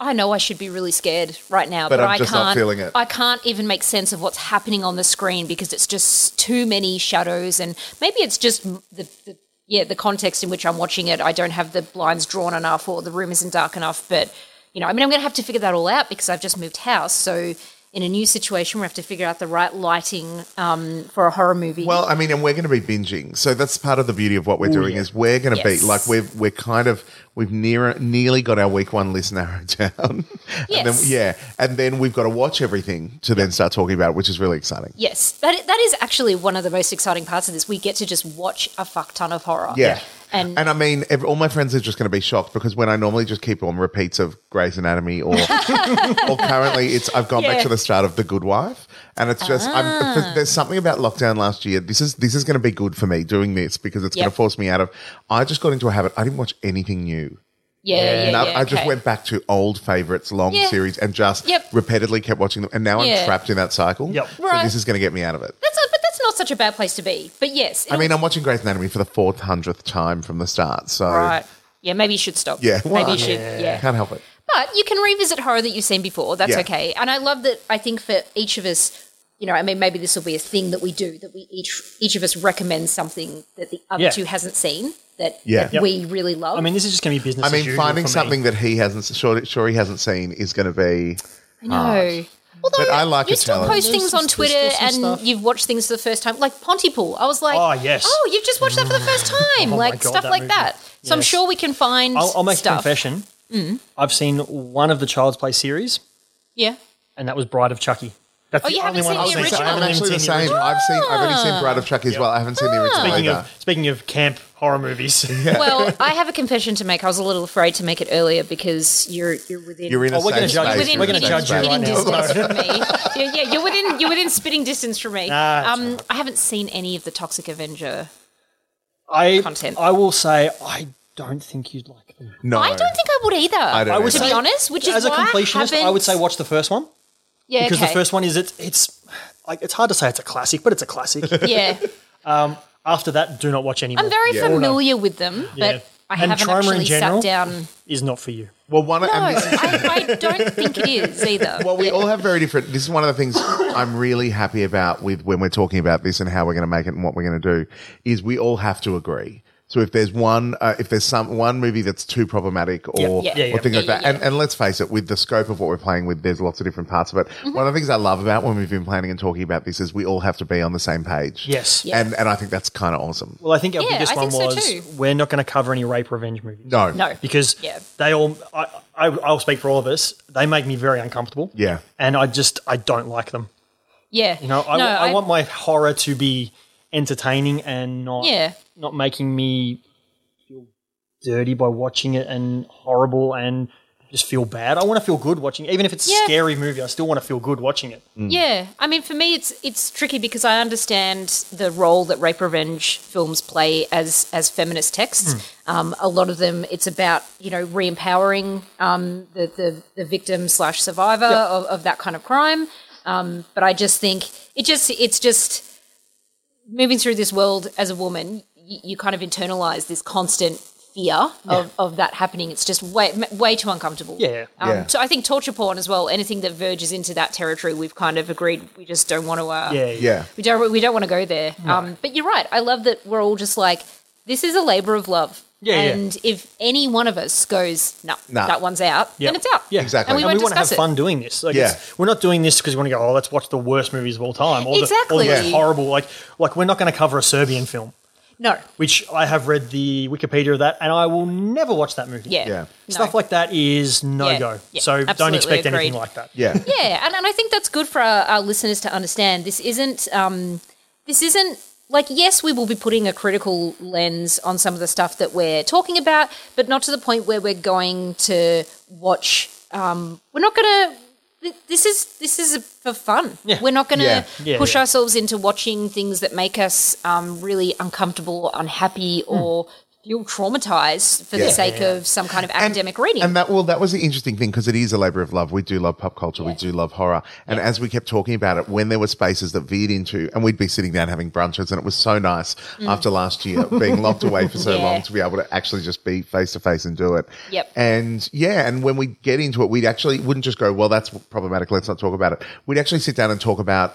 I know I should be really scared right now, but, But I'm I just can't. not feeling it. I can't even make sense of what's happening on the screen because it's just too many shadows, and maybe it's just m- the. the yeah, the context in which I'm watching it, I don't have the blinds drawn enough or the room isn't dark enough. But, you know, I mean, I'm going to have to figure that all out because I've just moved house. So, in a new situation, we have to figure out the right lighting um, for a horror movie. Well, I mean, and we're going to be binging, so that's part of the beauty of what we're doing is we're going to Yes. be like we've we're kind of we've near nearly got our week one list narrowed [laughs] down. and then, Yes. yeah, and then we've got to watch everything to then start talking about, it, which is really exciting. yes, that, i- that is actually one of the most exciting parts of this. We get to just watch a fuck ton of horror. Yeah. And, And I mean, ev all my friends are just going to be shocked because when I normally just keep on repeats of Grey's [laughs] Anatomy, or or currently it's I've gone Yeah. Ah. back to the start of The Good Wife, and it's just I'm, th- there's something about lockdown last year. This is this is going to be good for me doing this because it's going Yep. to force me out of. I just got into a habit. I didn't watch anything new. yeah, yeah, yeah. And I, I just okay. went back to old favorites, long Yeah. series, and just Yep. repeatedly kept watching them. And now Yeah. I'm trapped in that cycle. Yep. So Right. this is going to get me out of it. That's a, but that's not such a bad place to be. But yes. I mean, I'm watching Grey's Anatomy for the fourth hundredth time from the start, so right. Yeah, maybe you should stop. Yeah. Maybe Well, you should. yeah. can't help it. But you can revisit horror that you've seen before. That's Yeah. okay. And I love that. I think for each of us, you know, I mean, maybe this will be a thing that we do that we each each of us recommends something that the other Yeah. two hasn't seen that, Yeah. that Yep. we really love. I mean, this is just going to be business. I as mean, usual finding for me. something that he hasn't, sure, sure he hasn't seen is going to be. no. Although But I like you a still challenge. post There's things some- on there's still Twitter some and stuff. you've watched things for the first time, like Pontypool. I was like, Oh, yes. oh, you've just watched that for the first time, [laughs] Oh, my like God, stuff that like movie. that. So I'm Yes. sure we can find. I'll, I'll make stuff. Hmm. a confession. I've seen one of the Child's Play series, Yeah. and that was Bride of Chucky. That's Oh, you haven't seen I've the So original? I haven't I haven't actually the even seen same. original. I've seen. I've already seen Bride of Chucky as well. I haven't seen the original Speaking either. of, speaking of camp horror [laughs] movies, Well, I have a confession to make. I was a little afraid to make it earlier because you're you're within You're in a Oh, we're gonna safe judge space. you. within We're gonna hitting- judge you hitting right now. distance from me. Yeah, yeah, you're within you're within spitting distance from me. Nah, it's um, I haven't seen any of the Toxic Avenger. [laughs] I Content. I will say I don't think you'd like them. No, I don't think I would either. I don't I know. would to say- be honest, which is as a why I completionist, I, would haven't- say watch the first one yeah, because okay. the first one is it's it's like it's hard to say it's a classic, but it's a classic. [laughs] yeah, [laughs] After that, do not watch any more. I'm very Yeah. familiar with them, but Yeah. I And haven't Trauma in actually general? sat down. is not for you. Well, one. No, And this, I, I don't think it is either. well, we Yeah. all have very different. This is one of the things I'm really happy about with when we're talking about this and how we're going to make it and what we're going to do is we all have to agree. So if there's one, uh, if there's some one movie that's too problematic or Yeah. Yeah, yeah. or things like Yeah, that, yeah, and, and let's face it, with the scope of what we're playing with, there's lots of different parts of it. Mm-hmm. One of the things I love about when we've been planning and talking about this is we all have to be on the same page. Yes. Yeah. and and I think that's kind of awesome. Well, I think our Yeah, biggest I one think so was too. we're not going to cover any rape revenge movies. No, no because Yeah. they all I, I I'll speak for all of us. They make me very uncomfortable. Yeah. and I just I don't like them. yeah You know, I, no, I, want my horror to be entertaining and not yeah not making me feel dirty by watching it and horrible and just feel bad. I want to feel good watching, it. even if it's Yeah. a scary movie. I still want to feel good watching it. Mm. Yeah, I mean, for me, it's it's tricky because I understand the role that rape revenge films play as as feminist texts. Um, a lot of them, it's about you know re-empowering um, the, the the victim slash survivor of, of that kind of crime. Um, but I just think it just it's just moving through this world as a woman. you, you kind of internalize this constant fear of, of that happening. It's just way m- way too uncomfortable. Yeah. Um, Yeah. So I think torture porn as well. Anything that verges into that territory, we've kind of agreed we just don't want to. Uh, Yeah. Yeah. we don't we don't want to go there. Um, but you're right. I love that we're all just like this is a labor of love. Yeah, yeah. and if any one of us goes, no, Nah. that one's out, Yeah. then it's out. Yeah. Exactly. And we And And won't we want to discuss have it. fun doing this. Like, it's- Yeah. we're not doing this because we want to go. Oh, let's watch the worst movies of all time. Or Exactly. The, or the Yeah. horrible. Like, like we're not going to cover a Serbian film, No. which I have read the Wikipedia of that, and I will never watch that movie. Yeah. Yeah. No. Stuff like that is no Yeah. go. Yeah. So don't Absolutely expect anything agreed. like that. Yeah. yeah, and, and I think that's good for our, our listeners to understand. This isn't um, this isn't like yes, we will be putting a critical lens on some of the stuff that we're talking about, but not to the point where we're going to watch. Um, we're not going to. This is this is for fun. Yeah. We're not going to Yeah. Yeah, push yeah. ourselves into watching things that make us um, really uncomfortable, unhappy, or feel traumatized for Hmm. Yeah. the sake of some kind of academic reading. And that well, that was the interesting thing because it is a labor of love. We do love pop culture. We do love horror. And as we kept talking about it, when there were spaces that veered into, and we'd be sitting down having brunches, and it was so nice after last year being locked away for so Mm. [laughs] Yeah. long to be able to actually just be face to face and do it. Yep. And yeah, and when we get into it, we'd actually wouldn't just go, well, that's problematic. Let's not talk about it. We'd actually sit down and talk about.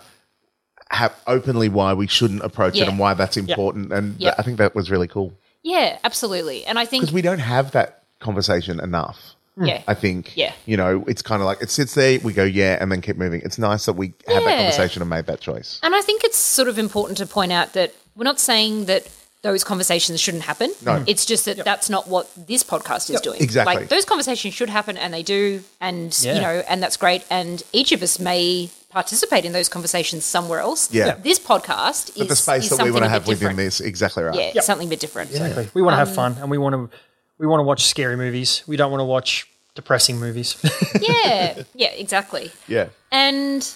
Have openly why we shouldn't approach it Yeah. and why that's important, and Yeah. I think that was really cool yeah, absolutely. And I think because we don't have that conversation enough. yeah, I think. Yeah. You know, it's kind of like it sits there, we go, yeah, and then keep moving. It's nice that we had that Yeah. conversation and made that choice. And I think it's sort of important to point out that we're not saying that those conversations shouldn't happen. No. It's just that that's not what this podcast is doing. exactly. Like those conversations should happen and they do and Yeah. you know and that's great and each of us may participate in those conversations somewhere else. Yeah. This podcast is But the space is that we something want a to bit have within different. this, exactly right. Yeah, it's something a bit different. Exactly. We want to have fun, and we want to we want to watch scary movies. We don't want to watch depressing movies. Yeah. Yeah, exactly. Yeah. And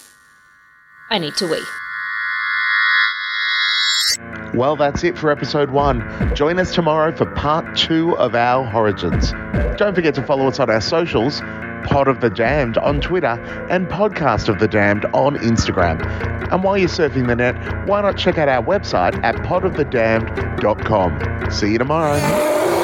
I need to wee. Well, that's it for episode one. Join us tomorrow for part two of our origins. Don't forget to follow us on our socials. Pod of the Jammed on Twitter and Podcast of the Jammed on Instagram. And while you're surfing the net, why not check out our website at podofthedamned.com. See you tomorrow.